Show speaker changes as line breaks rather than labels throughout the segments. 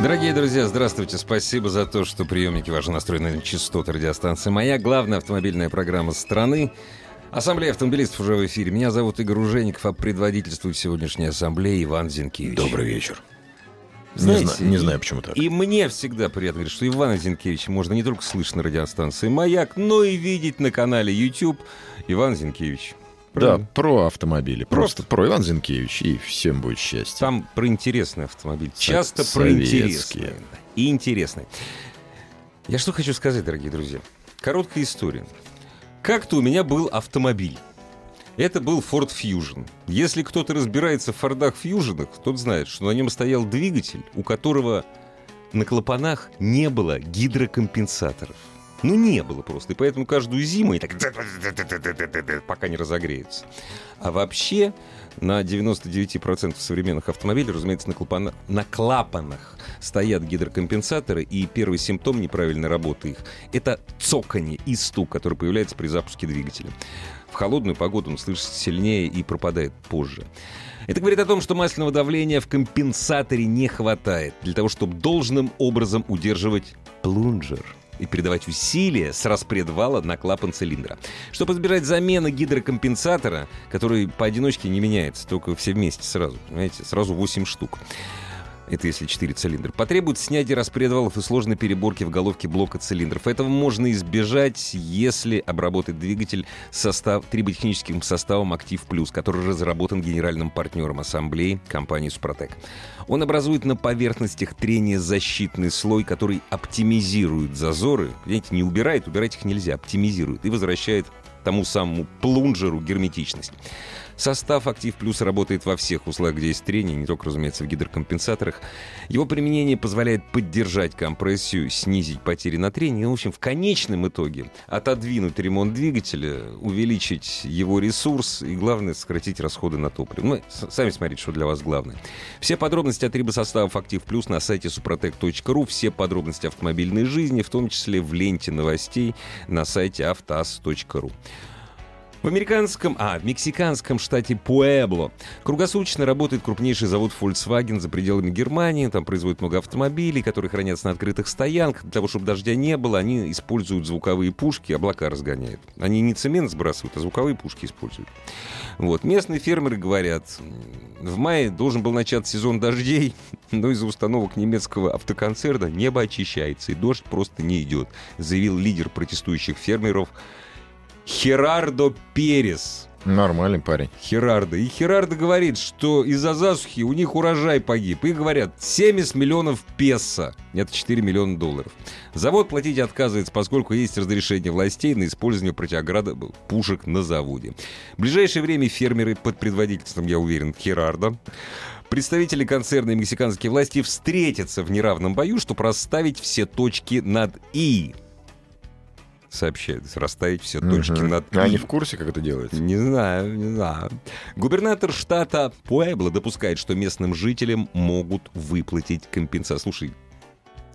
Дорогие друзья, здравствуйте. Спасибо за то, что приемники ваши настроены на частоты радиостанции «Моя». Главная автомобильная программа страны. Ассамблея автомобилистов уже в эфире. Меня зовут Игорь Ужеников, а предводительствует сегодняшней ассамблее Иван Зинкевич.
Добрый вечер.
Знаете,
не, знаю, не
и-
знаю, почему так.
И мне всегда приятно говорить, что Ивана Зинкевича можно не только слышать на радиостанции «Маяк», но и видеть на канале YouTube Иван Зинкевич.
Да,
Правильно?
про автомобили. Просто про Иван Зинкевич, и всем будет счастье.
Там про интересный автомобиль.
Со-
Часто про
советские.
интересные. И интересные. Я что хочу сказать, дорогие друзья. Короткая история. Как-то у меня был автомобиль. Это был Ford Fusion. Если кто-то разбирается в Фордах Фьюженах, тот знает, что на нем стоял двигатель, у которого на клапанах не было гидрокомпенсаторов. Ну, не было просто. И поэтому каждую зиму они так пока не разогреются. А вообще на 99% современных автомобилей, разумеется, на, клапана- на клапанах стоят гидрокомпенсаторы, и первый симптом неправильной работы их — это цоканье и стук, который появляется при запуске двигателя. В холодную погоду он слышится сильнее и пропадает позже. Это говорит о том, что масляного давления в компенсаторе не хватает для того, чтобы должным образом удерживать плунжер и передавать усилия с распредвала на клапан цилиндра. Чтобы избежать замены гидрокомпенсатора, который поодиночке не меняется, только все вместе сразу, понимаете, сразу 8 штук. Это если 4 цилиндра. Потребует снятия распредвалов и сложной переборки в головке блока цилиндров. Этого можно избежать, если обработать двигатель состав, триботехническим составом «Актив Плюс», который разработан генеральным партнером ассамблеи компании «Супротек». Он образует на поверхностях трения защитный слой, который оптимизирует зазоры. Видите, не убирает, убирать их нельзя, оптимизирует и возвращает тому самому плунжеру герметичность. Состав «Актив Плюс» работает во всех узлах, где есть трение, не только, разумеется, в гидрокомпенсаторах. Его применение позволяет поддержать компрессию, снизить потери на трении. Ну, в общем, в конечном итоге отодвинуть ремонт двигателя, увеличить его ресурс и, главное, сократить расходы на топливо. Ну, с- сами смотрите, что для вас главное. Все подробности от рибосоставов «Актив Плюс» на сайте супротек.ру. Все подробности автомобильной жизни, в том числе в ленте новостей на сайте автоаз.ру. В американском, а, в мексиканском штате Пуэбло круглосуточно работает крупнейший завод Volkswagen за пределами Германии. Там производят много автомобилей, которые хранятся на открытых стоянках. Для того, чтобы дождя не было, они используют звуковые пушки, облака разгоняют. Они не цемент сбрасывают, а звуковые пушки используют. Вот. Местные фермеры говорят, м, в мае должен был начаться сезон дождей, но из-за установок немецкого автоконцерна небо очищается, и дождь просто не идет, заявил лидер протестующих фермеров Херардо Перес.
Нормальный парень.
Херардо. И Херардо говорит, что из-за засухи у них урожай погиб. И говорят, 70 миллионов песо. Это 4 миллиона долларов. Завод платить отказывается, поскольку есть разрешение властей на использование противограда пушек на заводе. В ближайшее время фермеры под предводительством, я уверен, Херардо Представители концерна и мексиканские власти встретятся в неравном бою, чтобы расставить все точки над «и». Сообщают, расставить все точки
Мгм.
над «и».
А Они в курсе, как это делается?
Не знаю, не знаю. Губернатор штата Пуэбло допускает, что местным жителям могут выплатить компенсацию. Слушай,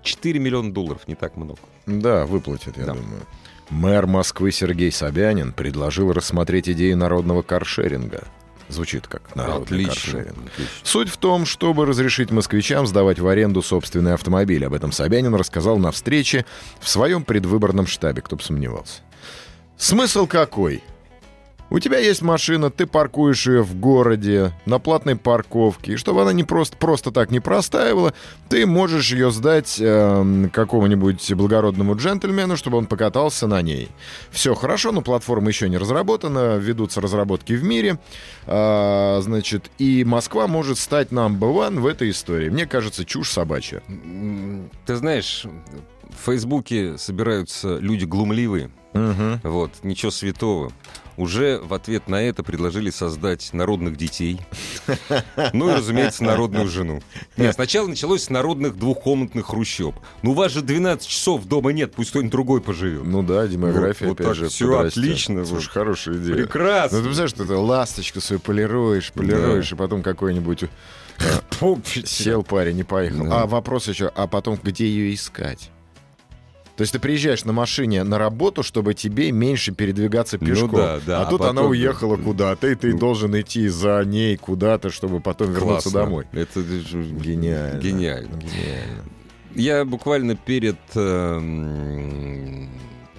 4 миллиона долларов не так много.
Да, выплатят, я
Да.
думаю. Мэр Москвы Сергей Собянин предложил рассмотреть идею народного каршеринга. Звучит как народный каршеринг.
отлично.
Суть в том, чтобы разрешить москвичам сдавать в аренду собственный автомобиль. Об этом Собянин рассказал на встрече в своем предвыборном штабе, кто бы сомневался. Смысл какой? У тебя есть машина, ты паркуешь ее в городе, на платной парковке. И чтобы она не просто, просто так не простаивала, ты можешь ее сдать эм, какому-нибудь благородному джентльмену, чтобы он покатался на ней. Все хорошо, но платформа еще не разработана, ведутся разработки в мире. А, значит, и Москва может стать нам быван в этой истории. Мне кажется, чушь собачья.
М, Ты знаешь, в Фейсбуке собираются люди глумливые,
Мгм.
Вот, ничего святого. Уже в ответ на это предложили создать народных детей. Ну и, разумеется, народную жену. Нет, сначала началось с народных двухкомнатных хрущоб. Ну у вас же 12 часов дома нет, пусть кто-нибудь другой поживет.
Ну да, демография,
Вот- вот
опять
так
же,
всё
подрастет.
отлично,
Слушай,
вот.
хорошая идея. Ну, ты
Прекрасно.
представляешь, что ты ласточку свою полируешь, полируешь, и потом какой-нибудь сел парень и поехал.
Да.
А вопрос еще, а потом где ее искать? То есть ты приезжаешь на машине на работу, чтобы тебе меньше передвигаться
Ну
пешком.
да, да,
а
а
тут она
потом-
уехала куда-то, и ты
Ну.
должен идти за ней куда-то, чтобы потом вернуться
Классно.
домой.
Это же
Гениально.
Гениально.
Гениально.
Я буквально перед эм,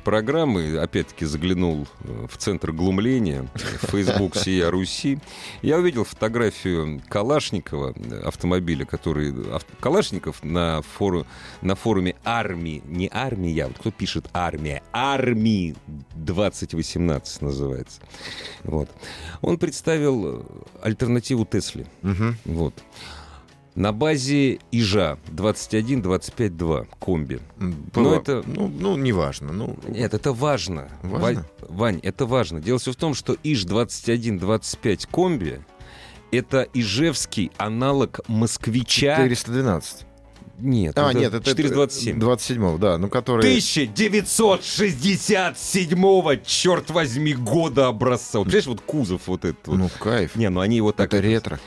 программой, опять-таки, заглянул э, в центр глумления, в Facebook «Сия Руси». Я увидел фотографию Калашникова, э, автомобиля, который... ав- Калашников на, фору, на форуме «Армии», не «Армия», вот кто пишет «Армия», «Армии 2018» называется. Вот. Он представил э, альтернативу Тесли.
Мгм.
Вот. На базе Ижа 21-25-2 комби.
Было.
это-
Ну, ну, неважно. Ну,
Нет, это важно.
Важно?
Ва- Вань, это важно. Дело все в том, что Иж 21-25 комби это ижевский аналог москвича.
412.
Нет,
А,
это
нет, это
427.
27 да, ну, который...
1967 черт возьми, года образца. Вот, Понимаешь, вот кузов вот этот вот.
Ну, кайф.
Не, ну они его так...
это ретро.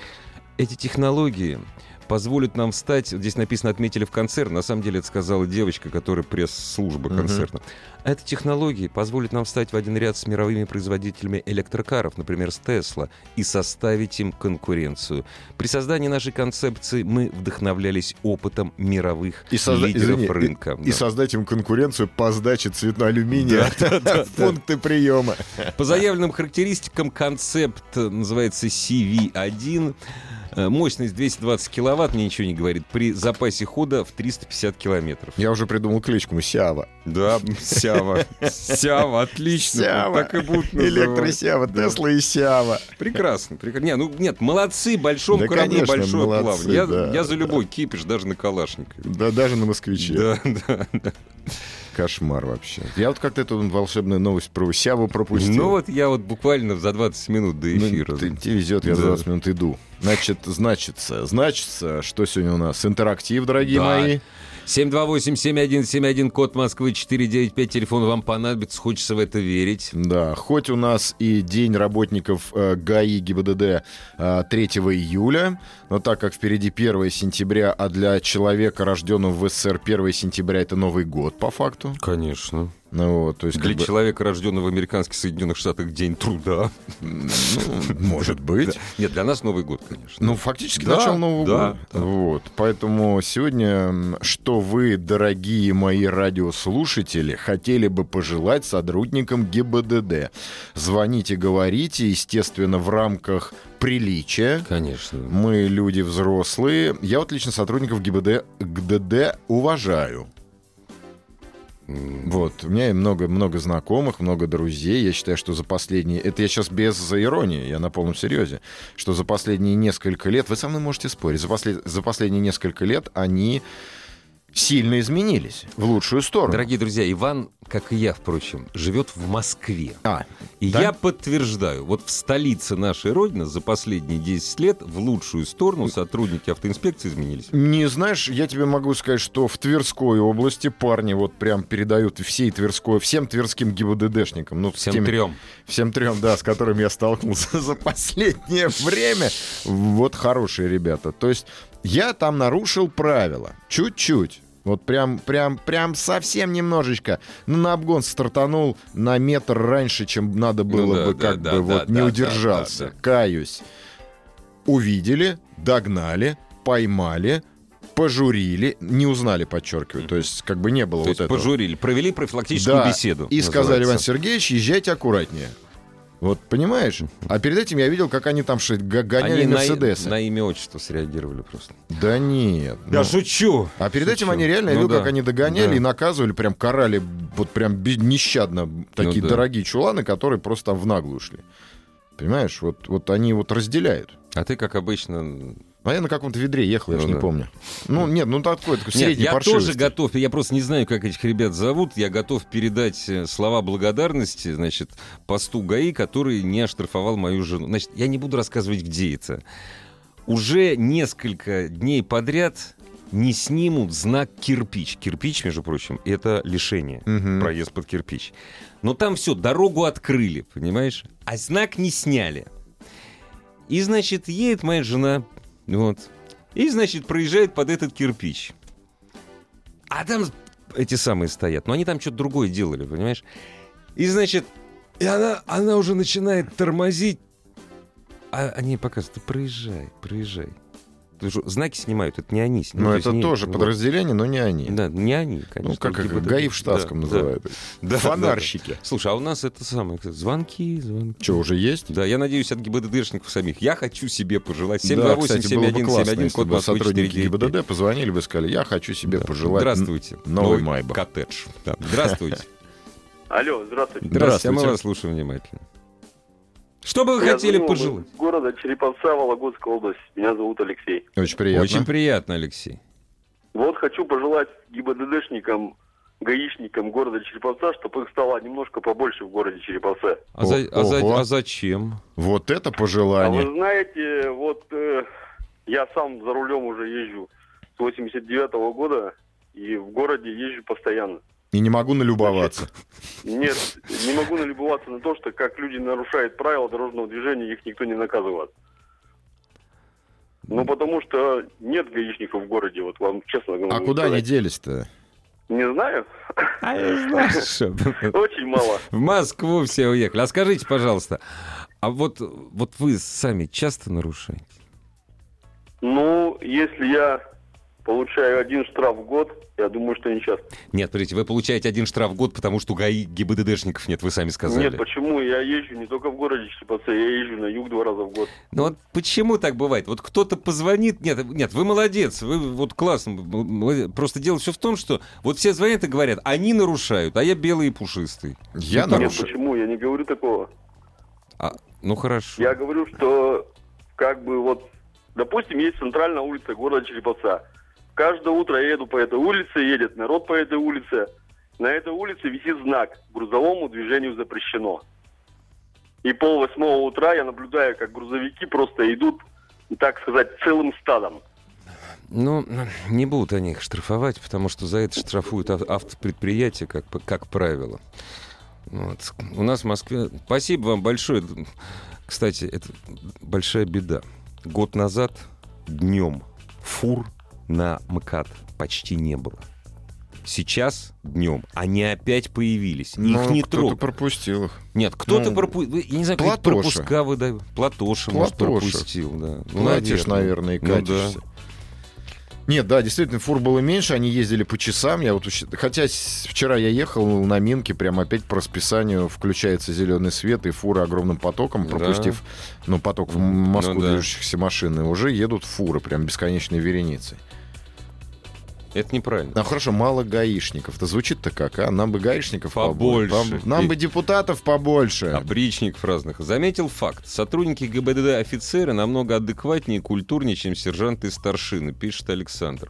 эти технологии позволят нам встать, вот здесь написано, отметили в концерт, на самом деле это сказала девочка, которая пресс-служба
Мгм.
концерта. А Эти технологии позволят нам встать в один ряд с мировыми производителями электрокаров, например, с Тесла, и составить им конкуренцию. При создании нашей концепции мы вдохновлялись опытом мировых
И созда-
лидеров
извини, и-
рынка.
И
Да.
создать им конкуренцию по сдаче цветно-алюминия в пункты приема.
По заявленным характеристикам концепт э, называется CV1. Э, Мощность 220 киловатт, мне ничего не говорит, при запасе хода в 350 километров.
Я уже придумал кличку Сява.
Да, Сява. Сява, отлично.
Сява.
Так и будут
Ну,
называть.
Электросява, Тесла и Сява.
Прекрасно, прекрасно. Не, ну нет, молодцы, большом
Да,
корабле
конечно,
большое
молодцы,
плавание. Я,
да,
я за любой кипиш, даже на Калашникове.
Да даже на москвиче.
Да, да, да.
Кошмар вообще. Я вот как-то эту волшебную новость про Сяву пропустил.
Ну вот я вот буквально за 20 минут до
Ну,
эфира.
ты- тебе везет, я за
Да.
20 минут иду. Значит, значится, значится, что сегодня у нас? Интерактив, дорогие
Да.
мои.
728-7171, код Москвы 495, телефон вам понадобится, хочется в это верить.
Да, хоть у нас и День работников э, ГАИ ГИБДД э, 3 июля, но так как впереди 1 сентября, а для человека, рожденного в СССР, 1 сентября это Новый год по факту.
Конечно.
Ну, вот, то есть,
Для
как бы,
человека, рожденного в американских Соединенных Штатах, День труда.
ну, может быть.
Нет, для нас Новый год, конечно.
Ну, фактически
Да,
начало Нового
да,
года.
да.
Вот. Поэтому сегодня, м, что вы, дорогие мои радиослушатели, хотели бы пожелать сотрудникам ГИБДД? Звоните, говорите, естественно, в рамках приличия.
Конечно.
Мы люди взрослые. Я вот лично сотрудников ГИБД ГДД уважаю. Вот, у меня и много, много знакомых, много друзей. Я считаю, что за последние... Это я сейчас без иронии, я на полном серьезе. Что за последние несколько лет... Вы со мной можете спорить. За, после- за последние несколько лет они сильно изменились в лучшую сторону.
Дорогие друзья, Иван, как и я, впрочем, живет в Москве.
А,
И
Да?
я подтверждаю, вот в столице нашей Родины за последние 10 лет в лучшую сторону сотрудники автоинспекции изменились.
Не знаешь, я тебе могу сказать, что в Тверской области парни вот прям передают всей Тверской, всем тверским ГИБДДшникам. Ну, с
Всем
теми-
трем.
Всем трем, да, с которыми я столкнулся за последнее время. Вот хорошие ребята. То есть я там нарушил правила. Чуть-чуть. Вот прям, прям, прям совсем немножечко. Ну, на обгон стартанул на метр раньше, чем надо было
Ну да,
бы,
да,
как
да,
бы,
да,
вот
да,
не
да,
удержался.
да, да.
Каюсь. Увидели, догнали, поймали, пожурили. Не узнали, подчеркиваю. То есть, как бы не было
То
вот
есть
этого.
пожурили, провели профилактическую
Да,
беседу.
И сказали, Иван
называется.
Сергеевич, езжайте аккуратнее. Вот, понимаешь? А перед этим я видел, как они там ши- га- гоняли
Они
Мерседесы.
на, на имя отчество среагировали просто.
Да нет. ну.
шучу.
А перед этим
шучу.
они реально, я
Ну
видел,
да,
как они догоняли
да.
и наказывали, прям карали, вот прям бе- нещадно такие
Ну да.
дорогие чуланы, которые просто там в наглую шли. Понимаешь, вот, вот они вот разделяют.
А ты, как обычно,
А я на каком-то ведре ехал, я
Ну
уж не
да.
помню. Ну, нет, ну такой, такой
Нет,
средний
я
паршивости.
тоже готов, я просто не знаю, как этих ребят зовут, я готов передать э, слова благодарности, значит, посту ГАИ, который не оштрафовал мою жену. Значит, я не буду рассказывать, где это. Уже несколько дней подряд не снимут знак кирпич. Кирпич, между прочим, это лишение.
Мгм.
Проезд под кирпич. Но там все, дорогу открыли, понимаешь? А знак не сняли. И, значит, едет моя жена, вот. И, значит, проезжает под этот кирпич. А там эти самые стоят. Но они там что-то другое делали, понимаешь? И, значит, и она, она уже начинает тормозить. А они показывают, ты проезжай, проезжай. Потому что знаки снимают, это не они
Ну,
снимают.
это
то есть не-
тоже
вот.
подразделение, но не они.
Да, не они, конечно.
ну, как,
ГИБДД.
их ГАИ в штатском
Да, да.
называют.
Да,
Фонарщики.
да, да. Слушай, а у нас это самое, кстати, звонки, звонки.
Что, уже есть?
Да, я надеюсь, от ГИБДДшников самих. Я хочу себе пожелать.
Да, кстати, было бы
728-7171,
классно, если
код
бы
Москвы
сотрудники
495.
ГИБДД позвонили бы и сказали, я хочу себе
Да.
пожелать...
Здравствуйте.
новый Майбах.
коттедж. Да, Здравствуйте.
Алло, здравствуйте.
Здравствуйте. а Мы
Здравствуйте.
вас слушаем внимательно. Что бы вы
Я
хотели
звоню вам
пожелать?
из города Череповца, Вологодская область. Меня зовут Алексей.
Очень приятно.
Очень приятно, Алексей.
Вот хочу пожелать ГИБДДшникам, гаишникам города Череповца, чтобы их стало немножко побольше в городе Череповце.
А, за-
О-
а за-
ого.
а зачем?
Вот это
А
пожелание.
вы знаете, вот э, я сам за рулем уже езжу с 89-го года и в городе езжу постоянно.
И не могу налюбоваться.
Нет, не могу налюбоваться на то, что как люди нарушают правила дорожного движения, их никто не наказывает. Ну, потому что нет гаишников в городе, вот вам честно говорю.
А куда они делись-то?
Не знаю.
А я знаю, что.
Э,
Очень мало.
В Москву все уехали. А скажите, пожалуйста, а вот, вот вы сами часто нарушаете?
Ну, если я получаю один штраф в год, я думаю, что не часто.
Нет, смотрите, вы получаете один штраф в год, потому что у ГАИ ГИБДДшников нет, вы сами сказали.
Нет, почему? Я езжу не только в городе Череповце, я езжу на юг два раза в год.
Ну вот почему так бывает? Вот кто-то позвонит, нет, нет, вы молодец, вы вот классно. м- м- Просто дело все в том, что вот все звонят и говорят, они нарушают, а я белый и пушистый.
Я
Ну,
Нет,
нарушил.
почему? Я не говорю такого.
А, ну хорошо.
Я говорю, что как бы вот, допустим, есть центральная улица города Череповца. Каждое утро я еду по этой улице, едет народ по этой улице. На этой улице висит знак «Грузовому движению запрещено». И пол восьмого утра я наблюдаю, как грузовики просто идут, так сказать, целым стадом.
Ну, не будут они их штрафовать, потому что за это штрафуют ав- автопредприятия, как, п- как правило. Вот. У нас в Москве... Спасибо вам большое. Кстати, это большая беда. Год назад днем фур на МКАД почти не было. Сейчас днем они опять появились. Их
Ну,
не
кто-то
трогают.
пропустил их.
Нет, кто-то
Ну,
пропустил. Я не знаю, какие
Платоша.
пропуска выдают. Платоша, может,
Платоша.
пропустил. Да. Ну,
Платишь, наверное, и
Ну да.
катишься. Нет, да, действительно, фур было меньше, они ездили по часам. Я вот уч- Хотя с- вчера я ехал на Минке, прям опять по расписанию включается зеленый свет, и фуры огромным потоком,
Да.
пропустив ну, поток в М- Москву
Ну да.
движущихся машин, и уже едут фуры прям бесконечной вереницей.
Это неправильно.
Ну хорошо, мало гаишников-то звучит-то как, а? Нам бы гаишников
Побольше. А
побо- Нам, нам бы депутатов побольше.
Э, Опричников разных. Заметил факт. Сотрудники ГБДД офицеры намного адекватнее и культурнее, чем сержанты и старшины, пишет Александр.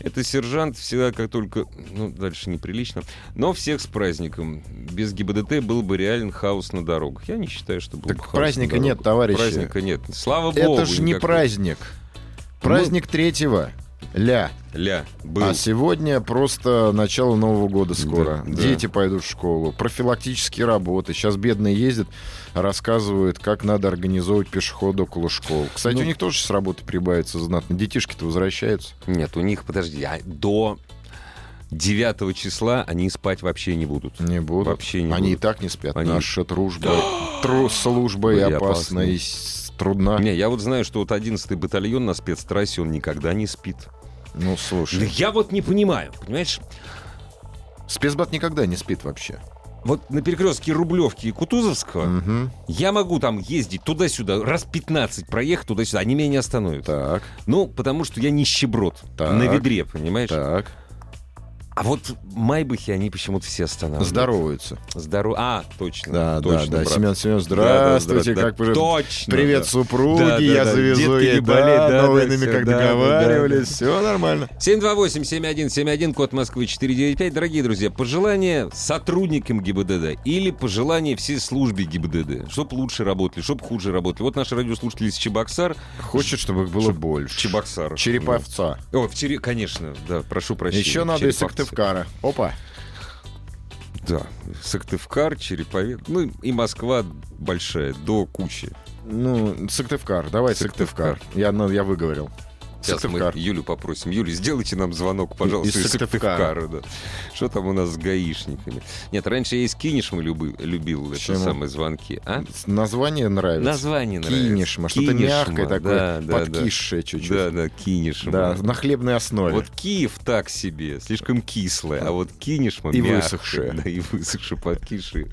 Это сержант всегда как только... Ну, дальше неприлично. Но всех с праздником. Без ГИБДТ был бы реален хаос на дорогах. Я не считаю, что был
Так
бы хаос
праздника
на
нет,
дорогах.
товарищи.
Праздника нет. Слава богу.
Это же не
никакого.
праздник. Праздник третьего. Ля.
Ля, был.
А сегодня просто начало Нового года скоро.
Да, да.
Дети пойдут в школу, профилактические работы. Сейчас бедные ездят, рассказывают, как надо организовывать пешеходы около школ. Кстати,
Ну-
у них тоже с работы прибавится знатно. Детишки-то возвращаются.
Нет, у них, подожди, а до 9 числа они спать вообще не будут.
Не будут.
Вообще не
Они и
будут.
так не спят.
Они-
Наша дружба, тру- служба и
Были
опасна,
опасны.
и с- трудна.
Не, я вот знаю, что вот 11-й батальон на спецтрассе, он никогда не спит.
Ну,
Да
слушай.
я вот не понимаю, понимаешь?
Спецбат никогда не спит вообще.
Вот на перекрестке Рублевки и Кутузовского
Мгм.
я могу там ездить туда-сюда, раз 15 проехать туда-сюда, они меня не остановят.
Так,
Ну, потому что я нищеброд.
Так.
На ведре, понимаешь?
так.
А вот майбахи, они почему-то все останавливаются.
Здороваются.
Здорово. А, точно.
Да,
точно,
да, да.
брат.
Семен Семен,
Да, да,
здравствуйте.
да,
как
да.
вы-
Точно,
Привет,
да.
супруги,
Да, да,
я
да.
завезу
Детки не
ей,
болей,
да,
да,
новыми,
да, всё,
как
да, да, да.
договаривались, все нормально.
728-7171, код Москвы 495. Дорогие друзья, пожелания сотрудникам ГИБДД или пожелания всей службе ГИБДД, чтобы лучше работали, чтобы хуже работали. Вот наш радиослушатель из Чебоксар.
Хочет, чтобы их было
Чтоб-
больше.
Чебоксар.
Череповца.
Ну. О, в Чере- конечно, да, прошу прощения.
Еще надо и
Череповцы.
Сыктывкара. Опа.
Да, Сыктывкар, Череповец, ну и Москва большая, до кучи.
Ну, Сыктывкар, давай Сыктывкар. Я, ну, я выговорил.
Сейчас
Сыктывкар.
мы Юлю попросим. Юля, сделайте нам звонок, пожалуйста,
Из
из
Сыктывкара.
Сыктывкара. Да. Что там у нас с гаишниками? Нет, раньше я из Кинешмы люби- любил
Почему?
это самые звонки. А?
Название нравится.
Название нравится.
Кинешма, что-то
Кинешма,
мягкое такое,
да, да, да.
подкисшее чуть-чуть.
Да, да, Кинешма.
Да, на хлебной основе.
Вот Киев так себе, слишком кислое, а вот Кинешма
И
мягкое,
высохшее.
Да, и высохшее, подкиши.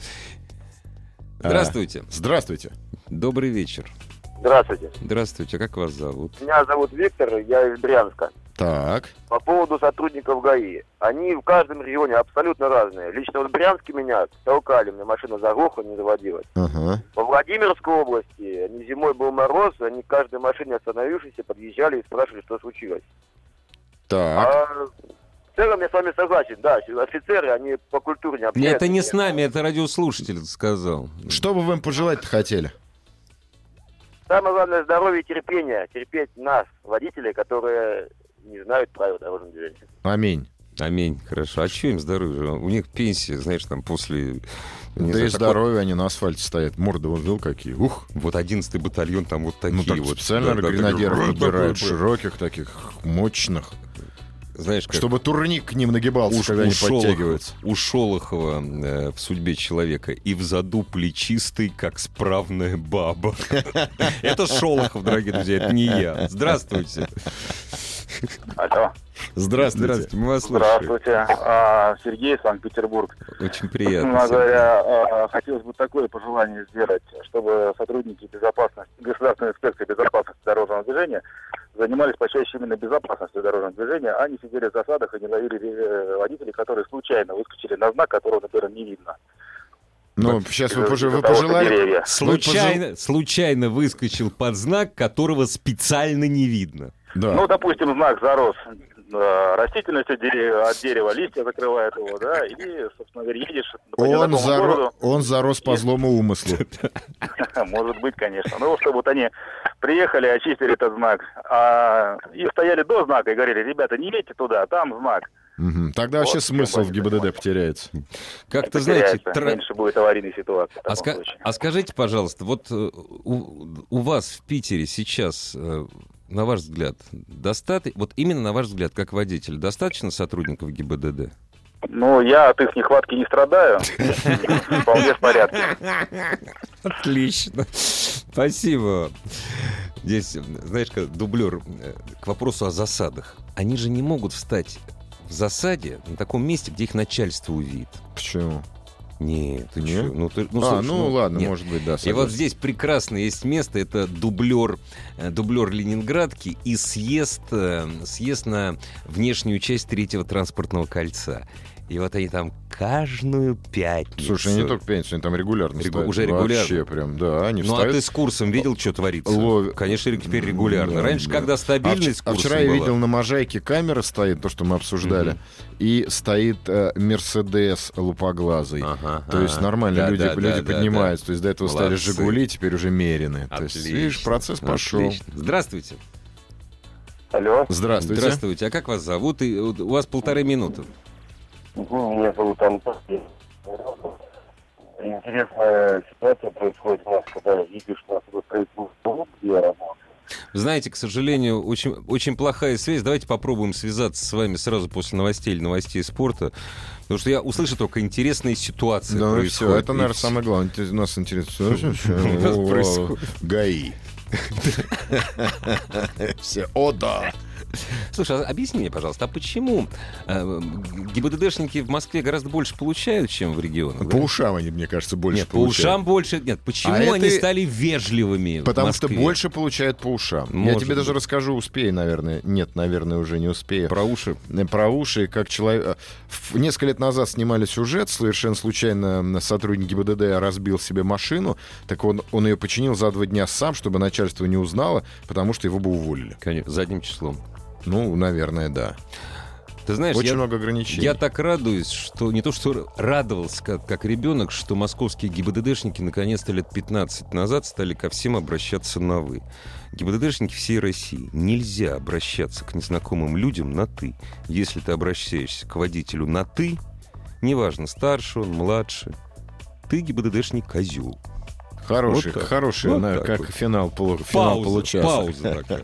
А.
Здравствуйте.
Здравствуйте.
Добрый вечер.
Здравствуйте.
Здравствуйте. Как вас зовут?
Меня зовут Виктор, я из Брянска.
Так.
По поводу сотрудников ГАИ. Они в каждом регионе абсолютно разные. Лично вот в Брянске меня толкали, мне машина заглохла, не заводилась.
Ага.
Во Владимирской области, они зимой был мороз, они к каждой машине остановившиеся подъезжали и спрашивали, что случилось.
Так.
А в целом я с вами согласен, да, офицеры, они по культуре не
Нет,
общаются.
это не с нами, это радиослушатель сказал.
Что бы вы им пожелать хотели?
Самое главное здоровье и терпение. Терпеть нас, водителей, которые не знают правил дорожного движения.
Аминь.
Аминь, хорошо. А что им здоровье? У них пенсия, знаешь, там после...
да
не знаю,
и
так
здоровье, они на асфальте стоят. Морды вот вел какие. Ух.
Вот, вот 11-й батальон, там вот такие
ну так
вот.
специально
Да, да,
гренадеров
такие,
выбирают,
такой,
широких таких, мощных.
Знаешь, как
Чтобы турник к ним нагибался,
у,
когда
у
они
Шолохова-
подтягиваются.
у Шолохова э, в «Судьбе человека» и в заду плечистый, как справная баба. Это Шолохов, дорогие друзья, это не я. Здравствуйте.
Алло.
Здравствуйте. мы вас слушаем.
Здравствуйте. А, Сергей, Санкт-Петербург.
Очень
Собственно
приятно. Сергей.
говоря, а, хотелось бы такое пожелание сделать, чтобы сотрудники безопасности, Государственной инспекции безопасности дорожного движения занимались почаще именно безопасностью дорожного движения, а не сидели в засадах и не ловили э, водителей, которые случайно выскочили на знак, которого, например, не видно.
Ну, сейчас вы,
Из-за
пожи- вы
того, что
пожелали...
деревья.
Ну,
Случайно, случайно выскочил под знак, которого специально не видно.
Да.
Ну, допустим, знак зарос э, растительностью дерева, от дерева листья закрывает его, да, и, собственно говоря, едешь по
он,
незнакомому
заро-
городу,
он зарос по злому умыслу.
Может быть, конечно. Ну, чтобы вот они приехали, очистили этот знак, а, и стояли до знака и говорили, ребята, не едьте туда, там знак.
Мгм. Тогда
Вот
вообще
в чем
смысл в
будет
ГИБДД
заниматься.
потеряется.
Как-то, знаете,
Теряется,
тра-
меньше будет аварийной ситуации. в таком
А, ска-
случае.
а скажите, пожалуйста, вот э, у, у вас в Питере сейчас, э, на ваш взгляд, достаточно, вот именно на ваш взгляд, как водитель, достаточно сотрудников ГИБДД?
Ну, я от их нехватки не страдаю. Вполне в порядке.
Отлично. Спасибо. Здесь, э, знаешь, как дублер э, к вопросу о засадах. Они же не могут встать в засаде на таком месте, где их начальство увидит.
Почему?
Нет, ты
Нет?
чё? Ну, ты-
а,
слушай,
ну ладно,
нет.
может быть, да.
И вот
согласен.
здесь прекрасно есть место, это дублер, э, дублер Ленинградки и съезд, э, съезд на внешнюю часть третьего транспортного кольца. И вот они там каждую пятницу.
Слушай, они не только пенсию, они там регулярно
Регу-
ставят.
уже регулярно.
Вообще прям, да, они
Ну а
встают.
ты с курсом видел, что творится?
Лов-
Конечно, теперь регулярно.
Да,
Раньше,
да.
когда
А, вч-
стабильность
а
курса
вчера я
была,
видел на Можайке камера стоит, то, что мы обсуждали, и стоит э, Мерседес лупоглазый.
Ага,
То есть
ага.
нормально,
А, Да,
люди,
да,
люди
да, да,
поднимаются. То есть до этого стали
Молодцы.
Жигули, теперь уже мерены.
да.
То есть,
Отлично,
видишь, процесс пошел.
отлично. Здравствуйте.
Алло.
Здравствуйте.
Здравствуйте. А как вас зовут? И, вот, у вас полторы минуты.
Ну, Меня зовут Антон. Интересная ситуация происходит у нас, когда едешь на судостроительный завод, где я работаю.
Знаете, к сожалению, очень, очень плохая связь. Давайте попробуем связаться с вами сразу после новостей или новостей спорта. Потому что я услышу только интересные ситуации.
Да, ну и
происходят.
все. Это,
И
наверное,
всё.
самое главное. Ты- Нас
нас
интересует.
происходит.
ГАИ. Все. О, да.
Слушай, а объясни мне, пожалуйста, а почему э, ГИБДДшники в Москве гораздо больше получают, чем в регионах?
Ну, По
да?
ушам они, мне кажется, больше
Нет,
получают.
по ушам больше. Нет, почему
А
они
это-
стали вежливыми? в
Потому что
Москве?
больше получают по ушам. Я
Может
тебе даже
быть.
расскажу, успею, наверное. Нет, наверное, уже не успею.
про уши.
Э, про уши, как человек... э, Несколько лет назад снимали сюжет, совершенно случайно м, сотрудник ГИБДД разбил себе машину, так он, он ее починил за два дня сам, чтобы начальство не узнало, потому что его бы уволили.
Конечно, задним числом.
Ну, наверное, да.
Ты знаешь,
Очень
я,
много ограничений.
я так радуюсь, что не то что радовался как, как ребенок, что московские ГИБДДшники наконец-то лет 15 назад стали ко всем обращаться на «вы». ГИБДДшники всей России. Нельзя обращаться к незнакомым людям на «ты». Если ты обращаешься к водителю на «ты», неважно, старше он, младше, ты ГИБДДшник козел.
Хороший,
Вот так.
хороший,
Вот
на-
так
как
вот.
финал, полу- финал
Пауза,
получаса.
пауза такая.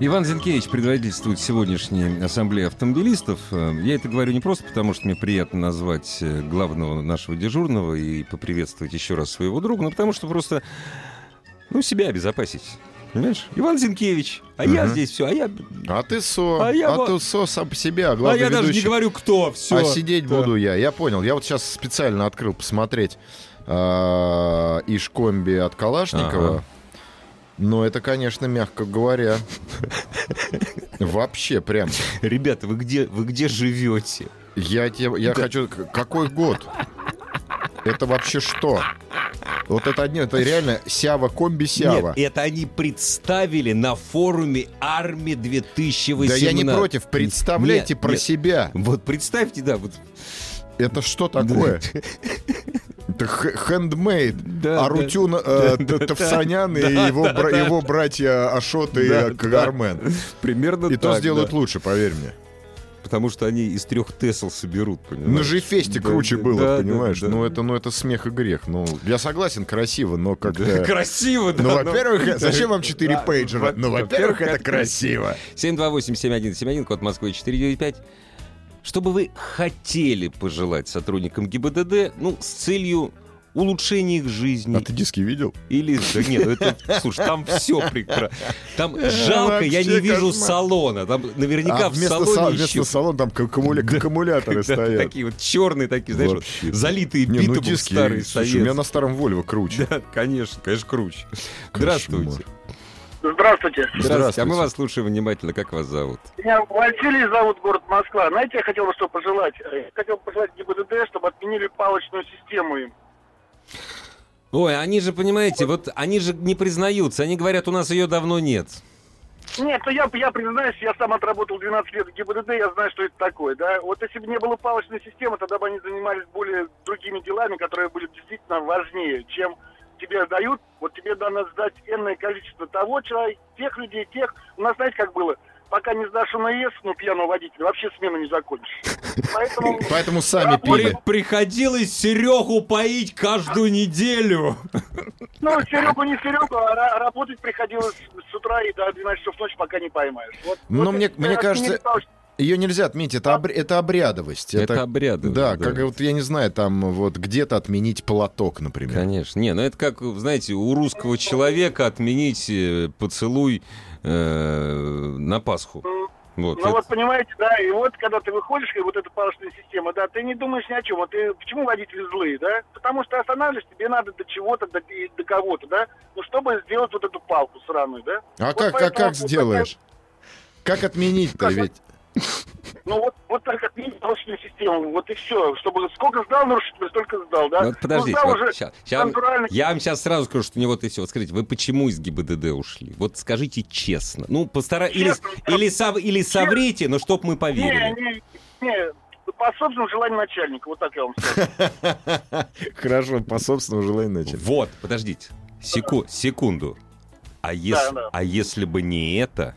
Иван Зинкевич предводительствует сегодняшней ассамблее автомобилистов. Э, Я это говорю не просто потому, что мне приятно назвать э, главного нашего дежурного и поприветствовать еще раз своего друга, но потому что просто, ну, себя обезопасить. Понимаешь? Иван Зинкевич, а я
Мгм.
здесь все, а я,
А ты со,
А
а,
я
ты
вот-
со сам по себе, а
а
главный
я даже не
ведущий.
говорю, кто, все.
А сидеть буду я. Я понял. Я вот сейчас специально открыл посмотреть а, Ишкомби от Калашникова.
Ага.
Но это, конечно, мягко говоря. Вообще, прям.
Ребята, вы где, вы где живете?
Я, те- я хочу... к- Какой год? Это вообще что? Вот это одни... Это реально сява комби сява.
Нет, это они представили на форуме Армии 2018.
Да я не против. Представляйте
Нет,
про
нет.
себя.
Вот представьте, да, вот
Это что такое? Это хэ- хендмейд.
Да,
Арутюн э, Т- Товсанян и его бра- его братья Ашот и
Да,
э,
да.
Кагармен.
примерно
И то
так,
сделают
да.
лучше, поверь мне.
Потому что они из трех Тесл соберут, понимаешь?
На Жифесте
Да,
круче
да,
было,
да,
понимаешь?
да, да.
Ну это, ну это смех и грех. Ну я согласен, красиво, но
Да,
как-то.
Красиво, да.
Ну,
но- а
во-первых, зачем вам
Да,
четыре пейджера?
во-
Ну, во-первых, это красиво.
728-7171, код Москвы 495. Что бы вы хотели пожелать сотрудникам ГИБДД, ну, с целью улучшения их жизни?
А ты диски видел?
Или... Да нет, ну, это... Слушай, там все прекрасно. Там жалко, я не
Вообще
вижу
кошмар.
салона. Там наверняка
А
в
вместо
салоне
са-
еще...
вместо салона там к- аккумуля- к- аккумуляторы
Да,
стоят.
Такие вот черные такие, знаешь, вот
Вообще.
залитые
Не, ну
битумом
диски,
старые
слушай, у меня
советские.
на старом Вольво круче.
Да, конечно, конечно, круче. Здравствуйте.
Здравствуйте.
Здравствуйте. А мы вас слушаем внимательно. Как вас зовут?
Меня Василий зовут, город Москва. Знаете, я хотел бы что пожелать? Я хотел бы пожелать ГИБДД, чтобы отменили палочную систему им.
Ой, они же, понимаете, вот они же не признаются. Они говорят, у нас ее давно нет.
Нет, ну я, я признаюсь, я сам отработал 12 лет в ГИБДД, я знаю, что это такое, да. Вот если бы не было палочной системы, тогда бы они занимались более другими делами, которые были действительно важнее, чем тебе дают. Вот тебе дано сдать энное количество того человека, тех людей, тех. У нас, знаете, как было? Пока не сдашь УНС, ну, пьяного водителя, вообще смену не закончишь. Поэтому...
Поэтому сами пили.
приходилось Серегу поить каждую неделю.
Ну, Серегу не Серегу, а ра- работать приходилось с утра и до 12 часов ночи, пока не поймаешь. Вот,
Ну,
вот
мне-
это-
мне
это
кажется,
не палочная
Ее нельзя отменить, это, обр- это обрядовость.
Это, обряды.
Да, как вот, я не знаю, там вот где-то отменить платок, например.
Конечно. Не, ну это как, знаете, у русского человека отменить э, поцелуй э, на Пасху. Вот.
Ну
это-
вот понимаете, да, и вот когда ты выходишь, и вот эта палочная система, да, ты не думаешь ни о чем. Вот ты, почему водители злые, да? Потому что останавливаешь, тебе надо до чего-то, до, и до кого-то, да? Ну, чтобы сделать вот эту палку сраную, да?
А
Вот
как, как,
поэтому
как
вот
сделаешь? Как отменить-то
Как
ведь?
Ну вот, вот так отменить палочную систему, вот и все. Чтобы сколько сдал нарушитель, столько сдал, да?
Ну, вот подождите,
Ну, сдал
вот
уже
щас- щас-
натурально.
я вам сейчас сразу скажу, что не вот и все. Вот скажите, вы почему из ГИБДД ушли? Вот скажите честно. Ну, постарайтесь. Или,
Честно, да.
или, сов- или соврите, но чтоб мы поверили.
Не, не, не, по собственному желанию начальника, вот так я вам скажу.
Хорошо, по собственному желанию начать.
Вот, подождите. Секу- секунду. А, ес-
да.
а если бы не это,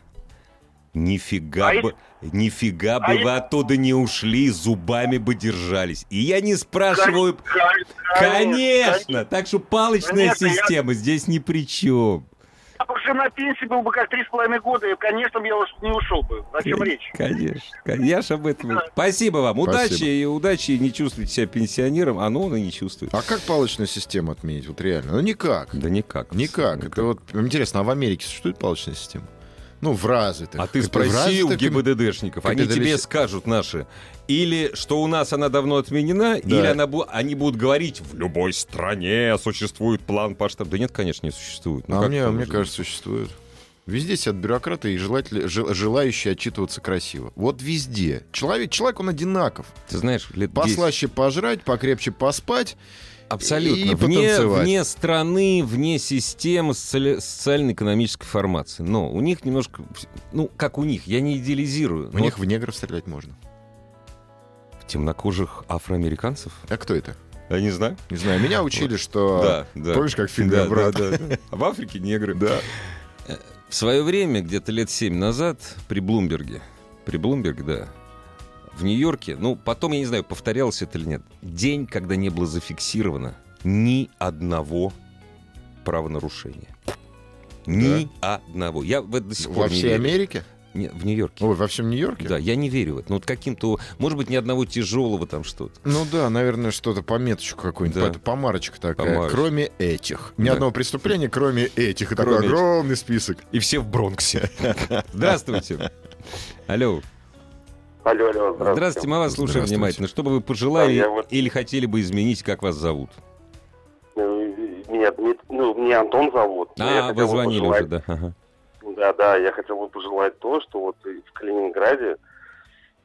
Нифига
А
бы, нифига бы
если-
вы оттуда не ушли, зубами бы держались. И я не спрашиваю... Конечно! Так что палочная
Конечно, я-
система здесь ни при чем.
Я бы уже на пенсии был бы как три с половиной года, и, конечно, я уж не ушел бы. О чем речь?
Конечно. Я ж об этом. Спасибо вам. Удачи и удачи. Не чувствуйте себя пенсионером, а ну он и не чувствует.
А как палочную систему отменить? Вот реально. Ну никак.
Да никак.
Никак. Это вот интересно, а в Америке существует палочная система? Ну, в развитых.
А ты
Это в
спроси у
развитых ком-
ГИБДДшников, они
капиталисти-
тебе скажут наши, или что у нас она давно отменена,
Да.
или она, бу- они будут говорить, в любой стране существует план по штаб. Да нет, конечно, не существует. Ну
а
как
мне,
это
мне
можно?
кажется, существует. Везде сидят бюрократы и желатели- жел- желающие отчитываться красиво. Вот везде. Человек, человек он одинаков.
Ты знаешь, лет 10.
Послаще пожрать, покрепче поспать.
Абсолютно.
и
вне,
потанцевать.
вне страны, вне системы соци- социально-экономической формации. Но у них немножко... вс- Ну, как у них, я не идеализирую.
У
но
них в негров стрелять можно.
вот темнокожих афроамериканцев?
А кто это?
Я не знаю.
Не знаю, меня учили, что...
да, да.
Помнишь, как в фильме
Да,
«Брат»?
да, да. А в Африке негры. Да. В свое время, где-то лет 7 назад, при Блумберге, при Блумберге, да, в Нью-Йорке, ну, потом, я не знаю, повторялось это или нет, день, когда не было зафиксировано ни одного правонарушения. Ни одного. Я в это до сих пор
Во
не
всей
верю.
Америке?
Не, в Нью-Йорке.
Ой, во всем Нью-Йорке?
Да, я не верю в это. Ну, вот каким-то, может быть, ни одного тяжелого там что-то.
Ну да, наверное, что-то пометочку какую-нибудь,
Да.
это помарочка такая.
Помарочка.
Кроме этих. Ни
Да.
одного преступления, кроме этих. И такой
Кроме этих.
огромный список.
И все в Бронксе. Здравствуйте. Алло.
Алло, алло, здравствуйте.
Здравствуйте, мы вас слушаем
Здравствуйте.
внимательно. Что бы вы пожелали
А я вот-
или хотели бы изменить, как вас зовут?
Э, Меня, Дмит- ну, меня Антон зовут. Но Ну, я
а,
хотел
вы
бы
звонили
пожелать-
уже, да. ага.
Да, да, я хотел бы пожелать то, что вот и в Калининграде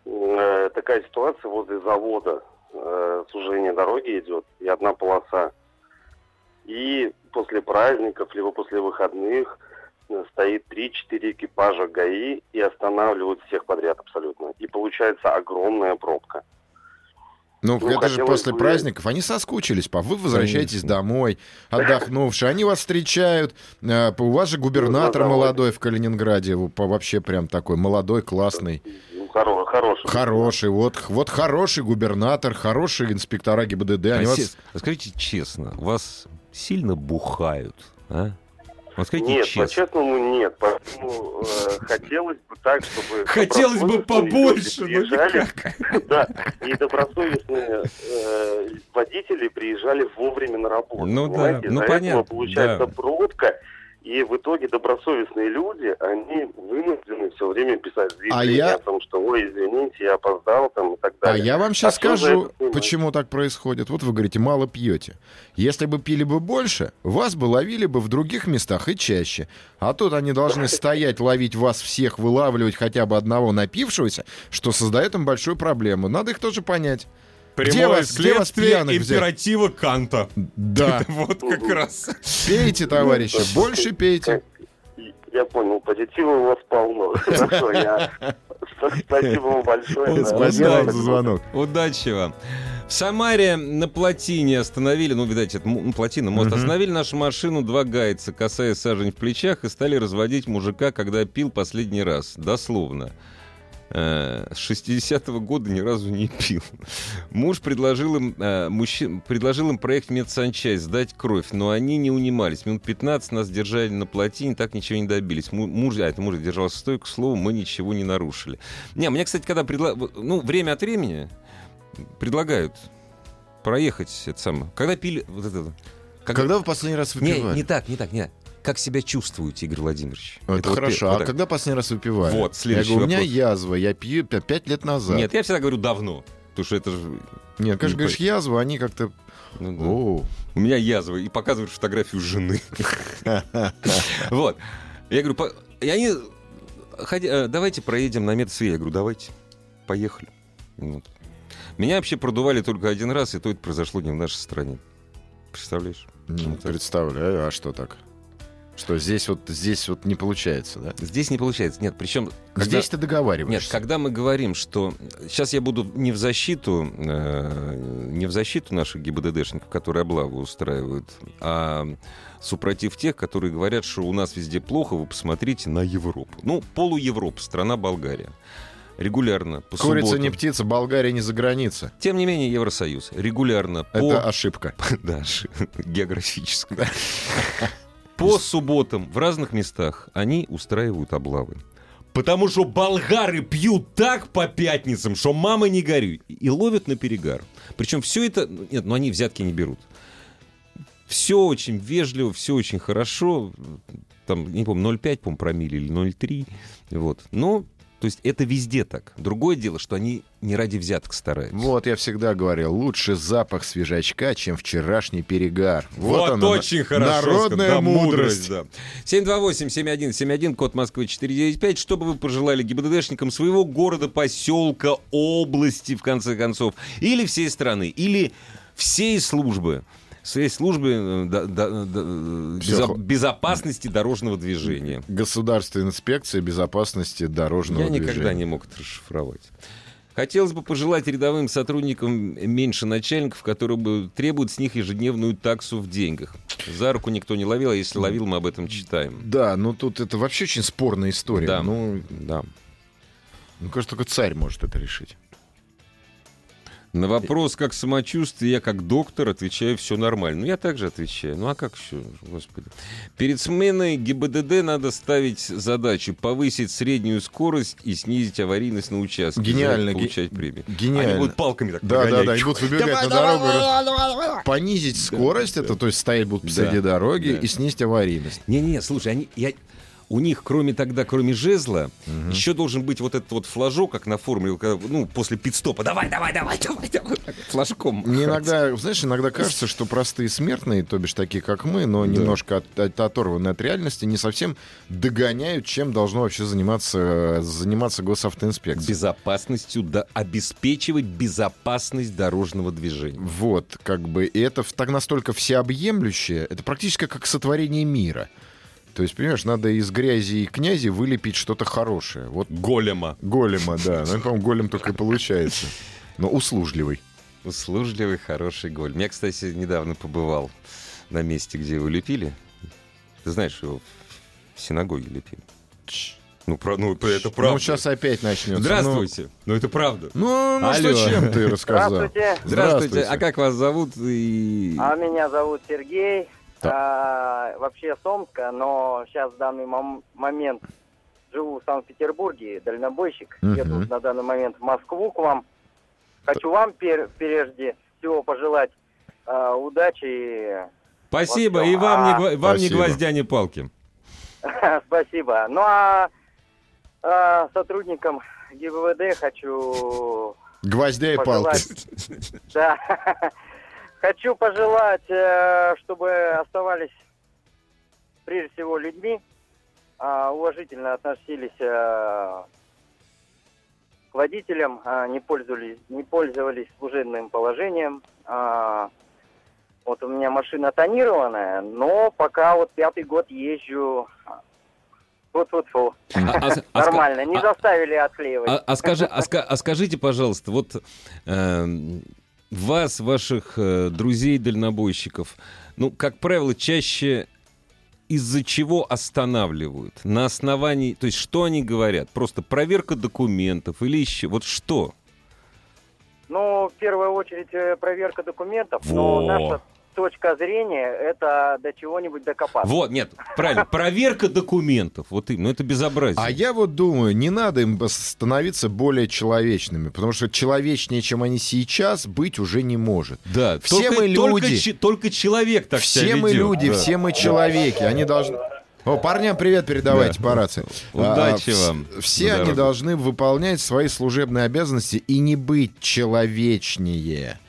э, такая ситуация возле завода, э, сужение дороги идет, и одна полоса. И после праздников, либо после выходных э, стоит 3-4 экипажа ГАИ и останавливают всех подряд абсолютно. И получается огромная пробка.
Ну,
Ну,
это же
хотелось
после
бы-
праздников. Они соскучились, па. Вы возвращаетесь
Конечно.
домой, отдохнувшие. Они вас встречают. Э, У вас же губернатор
Ну, да,
молодой в Калининграде. во- по- Вообще прям такой молодой, классный,
Ну, хоро- хороший.
хороший. Вот, х- вот хороший губернатор, хорошие инспектора ГИБДД. Они
А
вас-
се- а Скажите честно, вас сильно бухают, а? Вот скажите
Нет, ну,
честно.
по-честному нет. Поэтому э, хотелось бы так, чтобы...
Хотелось бы
добросовестные
побольше, ну
люди
но
приезжали. Да, и добросовестные э, водители приезжали вовремя на работу.
Ну да,
понимаете?
ну
Из-за
понятно,
этого получается
да.
пробка, и в итоге добросовестные люди, они вынуждены все время писать
А
заявление
я-
о том, что, ой, извините, я опоздал там и так
А
далее.
я вам сейчас
А что за
скажу,
это снимать?
почему так происходит. Вот вы говорите, мало пьете. Если бы пили бы больше, вас бы ловили бы в других местах и чаще. А тут они должны стоять, ловить вас всех, вылавливать хотя бы одного напившегося, что создает им большую проблему. Надо их тоже понять. Где вас- где вас пьяных взять?
императива Канта.
Да,
Вот
как
раз.
пейте,
Ну,
товарищи, больше пейте.
Э, Я понял, позитива у вас полно. Хорошо, я- Спасибо вам большое.
Спасибо вам за звонок.
Удачи вам. В Самаре на плотине остановили, ну, видать, это м- ну, плотина, мост,
Мгм.
остановили нашу машину два гайца, касаясь сажень в плечах, и стали разводить мужика, когда пил последний раз, дословно. Э, С 60-го года ни разу не пил. Муж предложил им, э, мужчин- предложил им проект медсанчасть, сдать кровь, но они не унимались. Минут 15 нас держали на плотине, так ничего не добились. Му- Муж, а, это муж держался стойку, к слову, мы ничего не нарушили. Не, мне, кстати, когда предла... ну, время от времени предлагают проехать это самое. Когда пили... Вот это... когда-
Когда вы последний раз
Не, не
выпивали?
так, не так, не так. Как себя чувствуете, Игорь Владимирович?
Это
вот пе-
хорошо.
вот
А
так.
когда последний раз выпивали?
Вот, следующий
Я говорю, у меня
вопрос.
язва, я пью пя- пять лет назад.
Нет, я всегда говорю давно. Потому что это же...
Нет, конечно,
не
говоришь, язва, они как-то...
ну да.
О,
У меня язва. И показывают фотографию жены. Вот. Я говорю, по- и они... ходи- э, Давайте проедем на медсве. Я говорю, давайте. Поехали. Вот. Меня вообще продували только один раз, и то это произошло не в нашей стране. Представляешь?
не
Вот так.
представляю, а что так? Что здесь вот, здесь вот не получается, да?
Здесь не получается. Нет, причем... когда-
Здесь ты
Нет,
договариваешься.
когда мы говорим, что э, сейчас я буду не в защиту, э, не в защиту наших ГИБДДшников, которые облаву устраивают, а супротив тех, которые говорят, что у нас везде плохо, вы посмотрите на Европу. Ну, полуевропа, страна Болгария. Регулярно, по
Курица
субботам.
не птица, Болгария не за граница.
Тем не менее, Евросоюз регулярно
Это
по...
ошибка.
Да, ш- географическая. По субботам в разных местах они устраивают облавы. Потому что болгары пьют так по пятницам, что мама не горюй. И ловят на перегар. Причем все это... Нет, ну они взятки не берут. Все очень вежливо, все очень хорошо. Там, не помню, 0,5, по-моему, промили или 0,3. Вот. Но, то есть это везде так. Другое дело, что они не ради взяток стараются.
Вот я всегда говорил, лучше запах свежачка, чем вчерашний перегар.
Вот,
она,
очень хорошо.
Народная
сказано, да,
мудрость.
да. 728-7171, код Москвы 495. Что бы вы пожелали ГИБДДшникам своего города, поселка, области, в конце концов, или всей страны, или всей службы? Всей службы э, да- да- да-
Всё,
безо-
хо-
безопасности дорожного движения.
Государственная инспекция безопасности дорожного
Я
движения.
никогда не мог это расшифровать. Хотелось бы пожелать рядовым сотрудникам меньше начальников, которые бы требуют с них ежедневную таксу в деньгах. За руку никто не ловил, а если ловил, мы об этом читаем.
Да, ну тут это вообще очень спорная история.
Да.
Ну,
Да.
ну, кажется, только царь может это решить.
На вопрос, как самочувствие, я как доктор отвечаю, все нормально. Ну, я также отвечаю. Ну, а как еще, господи. Перед сменой ГИБДД надо ставить задачу повысить среднюю скорость и снизить аварийность на участке. За это
Гениально, ге-
Получать премию.
гениально.
Они будут палками так
Да, да,
нагонять.
да, и будут выбегать на дорогу. Понизить скорость, это то есть стоять будут посреди
Да,
дороги
да.
и снизить аварийность.
Не-не, слушай, они, я, у них, кроме тогда, кроме жезла, еще должен быть вот этот вот флажок, как на формуле, когда, ну, после пидстопа. Давай, давай, давай, давай, давай. так Флажком.
Мне иногда, знаешь, иногда кажется, что простые смертные, то бишь такие, как мы, но немножко от, от- оторванные от реальности, не совсем догоняют, чем должно вообще заниматься, э, заниматься госавтоинспекция.
Безопасностью, да, обеспечивать безопасность дорожного движения.
Вот, как бы, и это в- так настолько всеобъемлющее, это практически как сотворение мира. То есть, понимаешь, надо из грязи и князи вылепить что-то хорошее. Вот
Голема.
голема, да. Ну, по-моему, голем только и получается. Но услужливый.
Услужливый, хороший голем. Я, кстати, недавно побывал на месте, где его лепили. Ты знаешь, его в синагоге лепили. Ну, про, ну, это правда.
Ну, сейчас опять начнется.
Здравствуйте. Ну, это правда.
Ну, ну, ну что,
Алло.
чем ты рассказал?
Здравствуйте.
Здравствуйте. А как вас зовут? И...
А меня зовут Сергей.
Да.
А, вообще с Омска, но сейчас в данный мом- момент живу в Санкт-Петербурге, дальнобойщик.
Мгм.
Еду на данный момент в Москву к вам. Хочу вам пер- прежде всего пожелать а, удачи. и-
Спасибо,
Вот
и
всё.
вам, не,
А.
гва- вам не
Спасибо.
гвоздя, не палки.
Спасибо. Ну а, а, сотрудникам ГИБВД хочу
Гвоздя и палки.
пожелать- Да. Хочу пожелать, э, чтобы оставались прежде всего людьми, а, уважительно относились э, к водителям, а, не пользовались, не пользовались служебным положением. А, Вот у меня машина тонированная, но пока вот пятый год езжу. Вот, вот, вот. Нормально, не заставили отклеивать.
А, а скажи, а, ска- а скажите, пожалуйста, вот эм, вас, ваших э, друзей-дальнобойщиков, ну, как правило, чаще из-за чего останавливают? На основании, то есть что они говорят? Просто проверка документов или еще? Вот что?
Ну, в первую очередь э, проверка документов,
Во.
но наша точка зрения это до чего-нибудь докопаться.
Вот, нет, правильно, проверка документов. Вот именно, ну, это безобразие.
А я вот думаю, не надо им бы становиться более человечными, потому что человечнее, чем они сейчас, быть уже не может.
Да,
Все
только,
мы
только
люди.
че- только человек так себя
все мы
ведет.
люди,
Да.
все мы человеки, они должны... О, парням привет передавайте
Да.
по рации.
Удачи
А, вс-
вам на
Все они
дорогу.
должны выполнять свои служебные обязанности и не быть человечнее.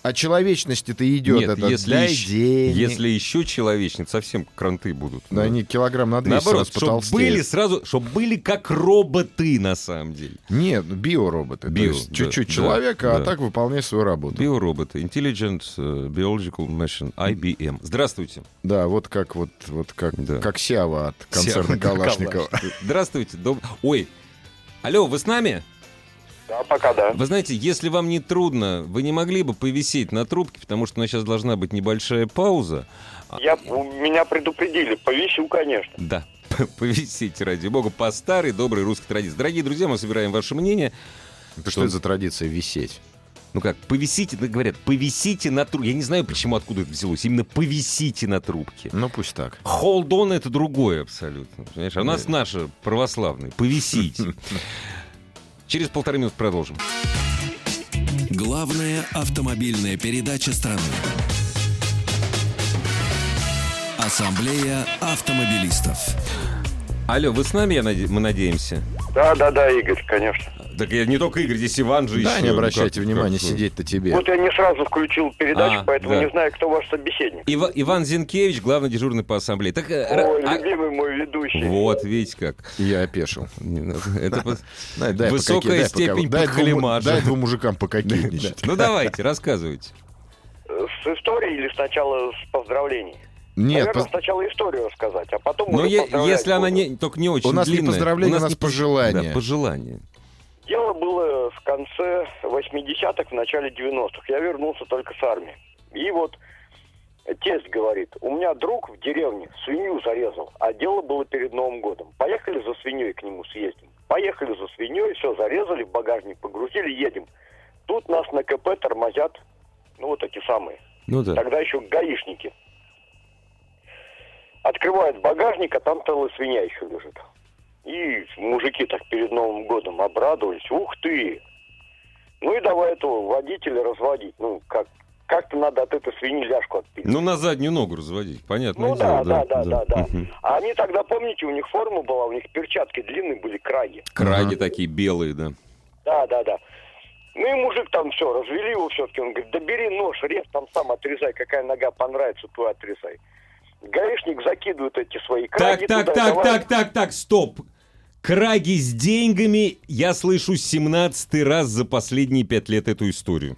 О человечности-то идет
Нет,
это
если
для
ищ-
денег.
Если еще человечниц, совсем кранты будут.
Да они килограмм на 200
Наоборот,
раз
чтобы
потолстеют.
были сразу, чтобы были как роботы на самом деле.
Нет, биороботы.
Био,
то есть
да,
чуть-чуть
да,
человека, а
да.
так выполняй свою работу.
Биороботы, Intelligent э, Biological Machine, IBM. Здравствуйте.
Да, вот как вот, вот как,
Да.
как Сява от концерна
Всем.
Калашникова.
Здравствуйте. доб- Ой, алло, вы с нами?
Да, пока да.
Вы знаете, если вам не трудно, вы не могли бы повисеть на трубке, потому что у нас сейчас должна быть небольшая пауза.
Я, у меня предупредили, повищу, конечно.
Да, повисите, ради бога, по старой доброй русской традиции. Дорогие друзья, мы собираем ваше мнение.
Это что это за традиция висеть?
Ну как, повисите, да, говорят, повисите на трубке. Я не знаю, почему, откуда это взялось. Именно повисите на трубке.
Ну пусть так.
Hold on это другое абсолютно. Понимаешь? А у нас наши православные. Повисите. Через полторы минуты продолжим.
Главная автомобильная передача страны. Ассамблея автомобилистов.
Алло, вы с нами, я наде- мы надеемся?
Да, да, да, Игорь, конечно.
Так я не только Игорь, здесь Иван же
Да,
еще.
не
Ну,
обращайте
как-
внимания,
как-
сидеть-то тебе.
Вот я не сразу включил передачу,
А,
поэтому
да.
не знаю, кто ваш собеседник.
Ива- Иван Зинкевич, главный дежурный по ассамблее. Так, э,
Ой,
ра- а-
любимый мой ведущий.
Вот, видите как.
Я опешил.
Не надо. Это по-
Дай- дай покаки-
Высокая
дай
степень
пока- дай двум-
подхалимажа.
Дай двум мужикам пококетничать.
Ну давайте, рассказывайте.
Э, С историей или сначала с поздравлений?
Нет,
Наверное,
пос-
сначала историю рассказать, а потом
Но
уже
Ну, е-
поздравлять
если она
буду.
не, только не очень
У нас не
длинная.
поздравление, у нас
не поз-
пожелание.
Да, пожелание.
Дело было в конце 80-х, в начале 90-х. Я вернулся только с армии. И вот тесть говорит, у меня друг в деревне свинью зарезал, а дело было перед Новым годом. Поехали за свиньей к нему съездим. Поехали за свиньей, все зарезали, в багажник погрузили, едем. Тут нас на КП тормозят, ну вот эти самые,
Ну да.
Тогда еще гаишники. Открывают багажник, а там целая свинья еще лежит. И мужики так перед Новым годом обрадовались. Ух ты! Ну и давай этого водителя разводить. Ну, как, как-то надо от этой свиньи ляжку отпилить.
Ну на заднюю ногу разводить, понятное
Ну да,
дело.
да, да, да, да.
Мгм.
А они тогда, помните, у них форма была, у них перчатки длинные были, краги.
Краги такие белые, да.
Да, да, да. Ну и мужик там все, развели его все-таки. Он говорит, да бери нож, режь там сам отрезай, какая нога понравится, ту отрезай. Гаишник закидывает эти свои краги
Так, так,
туда,
так,
давай.
так, так, так, стоп. Краги с деньгами, я слышу 17 раз за последние пять лет эту историю.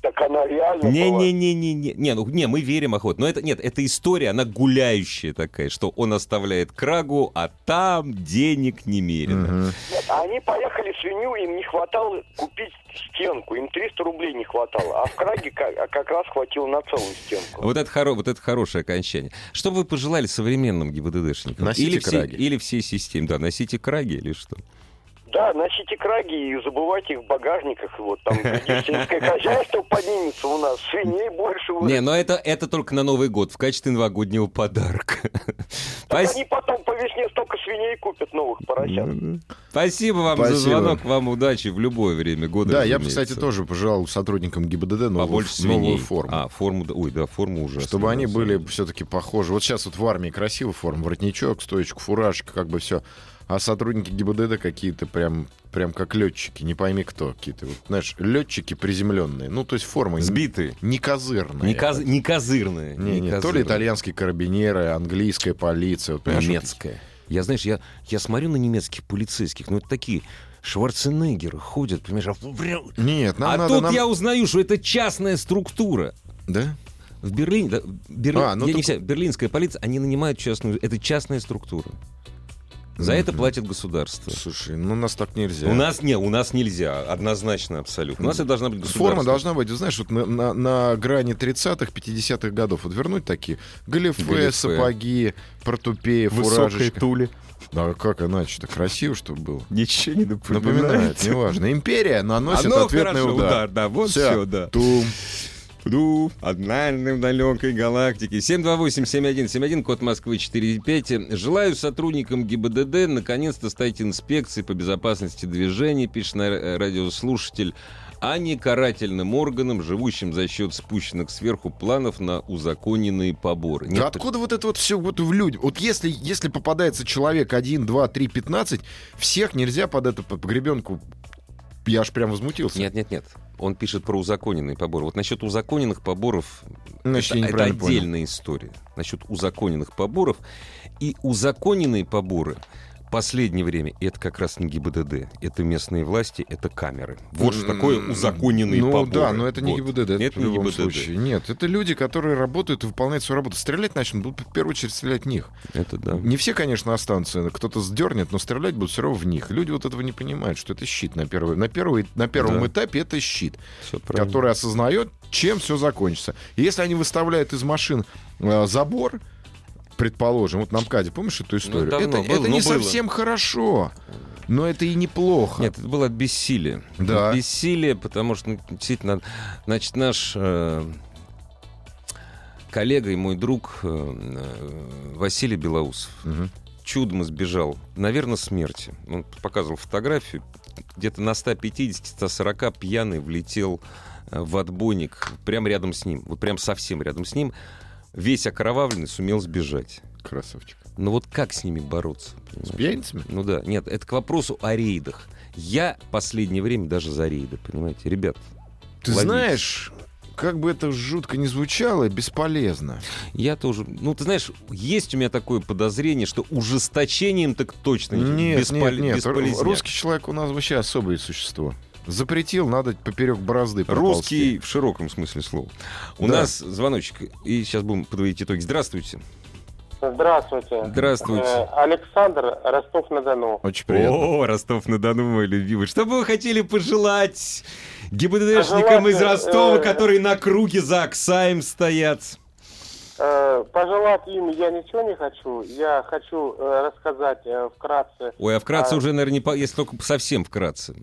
Так она реально была.
Не-не-не-не-не. Не, ну не, мы верим охотно. Но это нет, эта история, она гуляющая такая, что он оставляет крагу, а там денег немерено.
Мгм.
Нет, а они поехали свинью, им не хватало купить стенку, им 300 рублей не хватало, а в краге как, как раз хватило на целую стенку.
Вот, это хоро... вот это хорошее окончание. Что бы вы пожелали современным ГИБДДшникам?
Носите
или все-
краги.
или всей системе. Да, носите краги или что?
Да, носите краги и забывайте их в багажниках, и вот там, глядишь, сельское хозяйство поднимется у нас, свиней больше будет.
Не, ну, но это, это только на Новый год, в качестве новогоднего подарка.
Так
Спас-
они потом по весне столько свиней купят новых поросят.
Спасибо вам
Спасибо.
за звонок, вам удачи в любое время года.
Да, я бы,
разумеется.
кстати, тоже пожелал сотрудникам ГИБДД новую,
побольше свиней.
новую форму.
А, форму, да- ой, да, форму уже.
Чтобы они были все-таки похожи. Вот сейчас вот в армии красиво форма, воротничок, стоечку, фуражка, как бы все. А сотрудники ГИБДД какие-то прям, прям как летчики, не пойми кто какие-то. Вот, знаешь, летчики приземленные. Ну, то есть форма не-
Сбиты.
не козырная.
Не, коз- не козырные.
Не, не, то ли
козырные.
итальянские карабинеры, английская полиция. Вот, понимаешь,
а Немецкая. Я, знаешь, я, я смотрю на немецких полицейских, ну это такие Шварценеггеры ходят, понимаешь, а, в- прям-
вот- Нет, нам
А
надо...
тут
нам-
я узнаю, что это частная структура.
Да?
В Берлине, да, Берлин,
А, ну
я не
тут-
вся- берлинская полиция, они нанимают частную, это частная структура. За это
Мгм.
платит государство.
Слушай, ну нас так нельзя.
У нас не, у нас нельзя, однозначно абсолютно. У нас это должна быть
Форма
государственная.
должна быть, знаешь, вот на, на- на грани 30-х, 50-х годов. Вот вернуть такие галифе,
Галифе.
сапоги, портупеи, фуражечка.
тули.
Да как иначе-то? Красиво, чтобы было.
Ничего не напоминает.
Напоминает, неважно. Империя наносит
Оно
ответный
хорошо,
удар.
удар, да, вот всё, да.
Тум.
Ну, однажды в далекой галактике. 728-7171, код Москвы 4.5. Желаю сотрудникам ГИБДД наконец-то стать инспекцией по безопасности движения, пишет на- э, радиослушатель, а не карательным органам, живущим за счет спущенных сверху планов на узаконенные поборы.
Да откуда вот это вот все вот в людях? Вот если, если попадается человек 1, 2, 3, 15, всех нельзя под это, под гребенку я аж прям возмутился.
Нет, нет, нет. Он пишет про узаконенные поборы. Вот насчет узаконенных поборов
Значит, Ну, я
это, это
неправильно понял.
отдельная история. Насчет узаконенных поборов. И узаконенные поборы в последнее время это как раз не ГИБДД, это местные власти, это камеры. Вот что такое
М,
узаконенные
ну,
поборы.
да, но это не
Вот.
ГИБДД, это,
Это
в
не
любом
ГИБДД.
случае. Нет, это люди, которые работают и выполняют свою работу. Стрелять начнут, будут в первую очередь стрелять в них.
Это да.
Не все, конечно, останутся. Кто-то сдернет, но стрелять будут все равно в них. Люди вот этого не понимают, что это щит на, первый, на, первый, на первом
Да.
этапе. Это щит,
Все правильно.
который осознает, чем все закончится. И если они выставляют из машин э, забор, предположим, вот на МКАДе, помнишь эту историю?
Ну, давно
это
было,
это
но
не
было.
совсем хорошо, но это и неплохо.
Нет, это было от бессилия.
Да.
От бессилия, потому что, ну, действительно, значит, наш э, коллега и мой друг э, э, Василий Белоусов
Мгм.
чудом избежал, наверное, смерти. Он показывал фотографию, где-то на 150-140 пьяный влетел э, в отбойник, прямо рядом с ним, вот прям совсем рядом с ним, весь окровавленный сумел сбежать.
Красавчик.
Но вот как с ними бороться?
С
понимаешь?
пьяницами?
Ну да, нет, это к вопросу о рейдах. Я последнее время даже за рейды, понимаете, ребят.
Ты
ловить.
знаешь, как бы это жутко не звучало, бесполезно.
Я тоже, ну ты знаешь, есть у меня такое подозрение, что ужесточением так точно не
Нет,
беспол-
нет, нет. Ру-
бесполезняк.
Русский человек у нас вообще особое существо. Запретил, надо поперек борозды проползти.
Русский в широком смысле слова. У
Да.
нас звоночек, и сейчас будем подводить итоги. Здравствуйте.
Здравствуйте.
Здравствуйте.
Э, Александр, Ростов-на-Дону.
Очень приятно.
О, Ростов-на-Дону, мой любимый. Что бы вы хотели пожелать ГИБДДшникам из
Пожелать, э,
Ростова, которые на круге за Оксаем стоят?
Э, Пожелать им я ничего не хочу. Я хочу э, рассказать э, вкратце.
Ой, а вкратце
А.
уже, наверное, не по... если только совсем вкратце.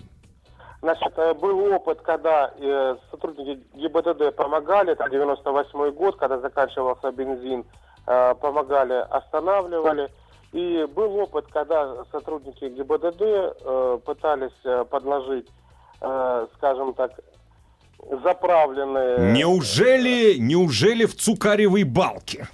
Значит, э, был опыт, когда э, сотрудники ГИБДД помогали, это 98 год, когда заканчивался бензин, э, помогали, останавливали. И был опыт, когда сотрудники ГИБДД э, пытались э, подложить, э, скажем так, заправленные...
Неужели, неужели в Цукаревой балке?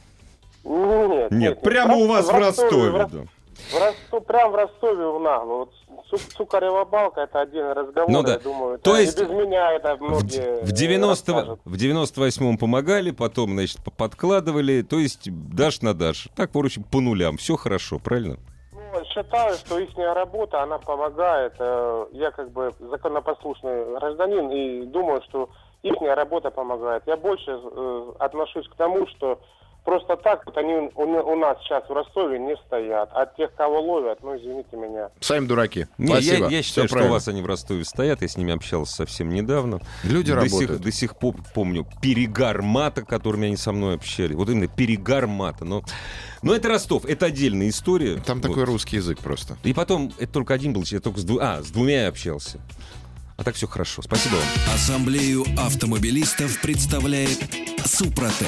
Нет, нет,
Нет,
нет.
прямо у вас в
в
Ростове.
Ростове,
да.
В Росту- прям в Ростове в нагло. Вот Цу- Цукарева балка это один разговор,
Ну да.
я думаю.
То
это-
есть
и без меня это
В,
многие
в
э,
90
расскажут.
в 98-м помогали, потом, значит, п- подкладывали, то есть дашь на дашь. Так, короче, по нулям. Все хорошо, правильно?
Ну, считаю, что их работа, она помогает. Э, Я как бы законопослушный гражданин и думаю, что их работа помогает. Я больше э, отношусь к тому, что просто так вот они у, у нас сейчас в Ростове не стоят. От тех, кого ловят, ну извините меня.
Сами дураки.
Не, я,
Спасибо. Всё
я считаю, что
правильно.
у вас они в Ростове стоят. Я с ними общался совсем недавно.
Люди
до
работают.
сих, до сих пор помню перегар мата, которыми они со мной общались. Вот именно перегар мата. Но, но это Ростов, это отдельная история.
Там
Вот.
такой русский язык просто.
И потом, это только один был, я только с, дву- а, с двумя я общался. А так все хорошо. Спасибо вам.
Ассамблею автомобилистов представляет Супротек.